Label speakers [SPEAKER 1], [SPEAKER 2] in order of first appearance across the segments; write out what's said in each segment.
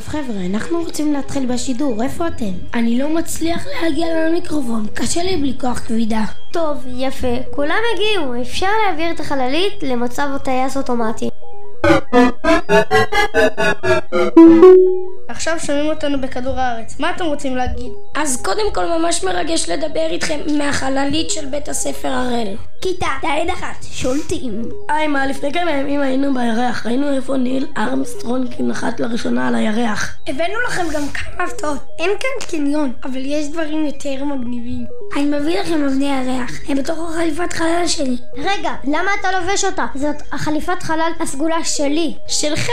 [SPEAKER 1] חבר'ה, אנחנו רוצים להתחיל בשידור, איפה אתם?
[SPEAKER 2] אני לא מצליח להגיע למיקרופון, קשה לי בלי כוח כבידה.
[SPEAKER 3] טוב, יפה. כולם הגיעו, אפשר להעביר את החללית למצב הטייס אוטומטי.
[SPEAKER 4] עכשיו שומעים אותנו בכדור הארץ, מה אתם רוצים להגיד?
[SPEAKER 2] אז קודם כל ממש מרגש לדבר איתכם מהחללית של בית הספר הראל.
[SPEAKER 5] כיתה, ד' אחת, שולטים.
[SPEAKER 2] היי, מה, לפני כמה ימים היינו בירח, ראינו איפה ניל ארמסטרונג נחת לראשונה על הירח.
[SPEAKER 4] הבאנו לכם גם כמה הפתעות. אין כאן קניון, אבל יש דברים יותר מגניבים.
[SPEAKER 2] אני מביא לכם אבני ירח, הם בתוך החליפת חלל שלי.
[SPEAKER 3] רגע, למה אתה לובש אותה? זאת החליפת חלל הסגולה שלי.
[SPEAKER 6] שלך?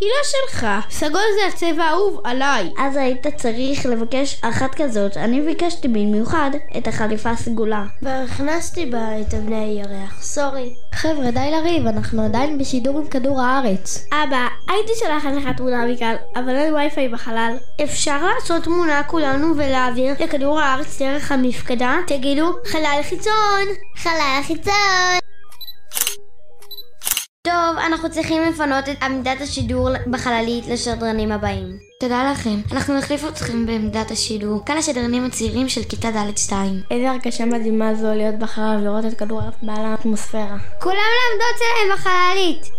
[SPEAKER 6] היא לא שלך. סגול זה הצבע האהוב עליי.
[SPEAKER 3] אז היית צריך לבקש אחת כזאת. אני ביקשתי במיוחד את החליפה הסגולה.
[SPEAKER 1] והכנסתי בה את אבני הירח, סורי.
[SPEAKER 3] חבר'ה, די לריב, אנחנו עדיין בשידור עם כדור הארץ.
[SPEAKER 5] אבא, הייתי שולחת לך תמונה מכאן, אבל אין וי-פיי בחלל.
[SPEAKER 3] אפשר לעשות תמונה כולנו ולהעביר לכדור הארץ דרך המפקדה? תגידו, חלל חיצון! חלל חיצון! טוב, אנחנו צריכים לפנות את עמדת השידור בחללית לשדרנים הבאים.
[SPEAKER 1] תודה לכם, אנחנו נחליף אתכם בעמדת השידור. כאן השדרנים הצעירים של כיתה ד'2.
[SPEAKER 5] איזה הרגשה מדהימה זו להיות בחרב לראות את כדור הארץ בעל האטמוספירה.
[SPEAKER 3] כולם לעמדות שלהם בחללית!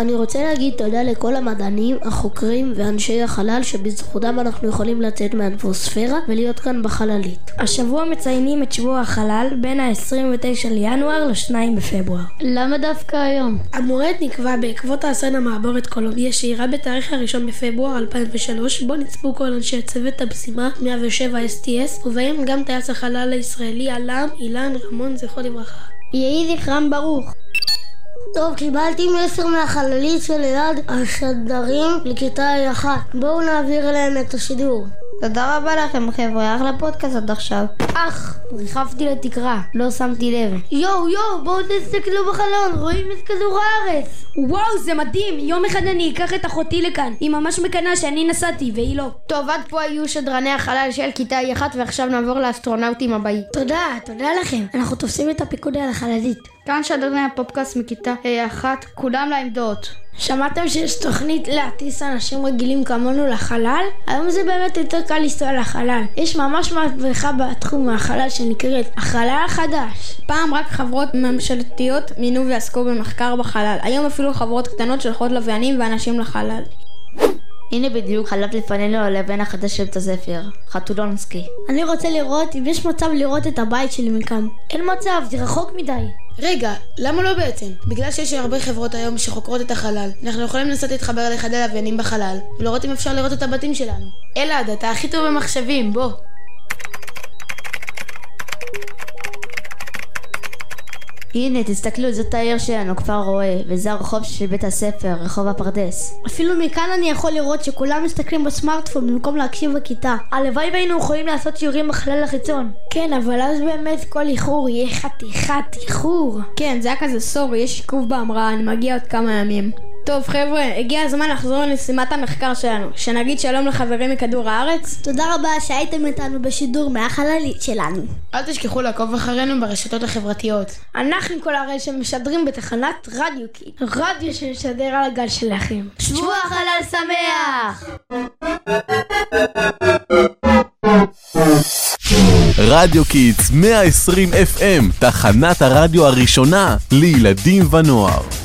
[SPEAKER 7] אני רוצה להגיד תודה לכל המדענים, החוקרים ואנשי החלל שבזכותם אנחנו יכולים לצאת מהאטמוספירה ולהיות כאן בחללית.
[SPEAKER 2] השבוע מציינים את שבוע החלל בין ה-29 לינואר ל-2 בפברואר.
[SPEAKER 6] למה דווקא היום?
[SPEAKER 4] המועד נקבע בעקבות האסון המעבורת קולומביה שאירע בתאריך הראשון בפברואר 2003 בו נצפו כל אנשי צוות המשימה 107 STS ובהם גם טייס החלל הישראלי עלם אילן רמון זכרו לברכה.
[SPEAKER 3] יהי זכרם ברוך.
[SPEAKER 7] טוב, קיבלתי מסר מהחללית שליד השדרים לכיתה אחת. בואו נעביר אליהם את השידור.
[SPEAKER 3] תודה רבה לכם חבר'ה, אחלה פודקאסט עד עכשיו.
[SPEAKER 1] אך, ריחפתי לתקרה, לא שמתי לב.
[SPEAKER 3] יואו יואו, בואו תסתכלו בחלון, רואים את כדור הארץ.
[SPEAKER 2] וואו, זה מדהים, יום אחד אני אקח את אחותי לכאן. היא ממש מקנאה שאני נסעתי והיא לא.
[SPEAKER 6] טוב, עד פה היו שדרני החלל של כיתה E1 ועכשיו נעבור לאסטרונאוטים הבאים.
[SPEAKER 1] תודה, תודה לכם, אנחנו תופסים את הפיקוד על החללית.
[SPEAKER 6] כאן שדרני הפודקאסט מכיתה A1, כולם לעמדות.
[SPEAKER 2] שמעתם שיש תוכנית להטיס אנשים רגילים כמונו לחלל? היום זה באמת יותר קל לנסוע לחלל. יש ממש מהפכה בתחום החלל שנקראת החלל החדש.
[SPEAKER 6] פעם רק חברות ממשלתיות מינו ועסקו במחקר בחלל. היום אפילו חברות קטנות שולחות לוויינים ואנשים לחלל.
[SPEAKER 8] הנה בדיוק חלף לפנינו הלבן החדש של בית הספר, חתולונסקי.
[SPEAKER 5] אני רוצה לראות אם יש מצב לראות את הבית שלי מכאן.
[SPEAKER 1] אין מצב, זה רחוק מדי.
[SPEAKER 9] רגע, למה לא בעצם? בגלל שיש הרבה חברות היום שחוקרות את החלל, אנחנו יכולים לנסות להתחבר לאחד הלוויינים בחלל, ולראות אם אפשר לראות את הבתים שלנו. אלעד, אתה הכי טוב במחשבים, בוא.
[SPEAKER 8] הנה, תסתכלו, זאת העיר שלנו, כפר רועה, וזה הרחוב של בית הספר, רחוב הפרדס.
[SPEAKER 5] אפילו מכאן אני יכול לראות שכולם מסתכלים בסמארטפון במקום להקשיב בכיתה. הלוואי והיינו יכולים לעשות שיעורים בחלל החיצון.
[SPEAKER 2] כן, אבל אז באמת כל איחור יהיה חתיכת איחור.
[SPEAKER 6] כן, זה היה כזה סורי, יש עיכוב בהמראה, אני מגיע עוד כמה ימים. טוב חבר'ה, הגיע הזמן לחזור למשימת המחקר שלנו, שנגיד שלום לחברים מכדור הארץ.
[SPEAKER 5] תודה רבה שהייתם איתנו בשידור מהחללית שלנו.
[SPEAKER 9] אל תשכחו לעקוב אחרינו ברשתות החברתיות.
[SPEAKER 2] אנחנו כל הרי שמשדרים בתחנת רדיו קי, רדיו שמשדר על הגל שלכם.
[SPEAKER 3] שבוע חלל שמח!
[SPEAKER 10] רדיו קיטס 120 FM, תחנת הרדיו הראשונה לילדים ונוער.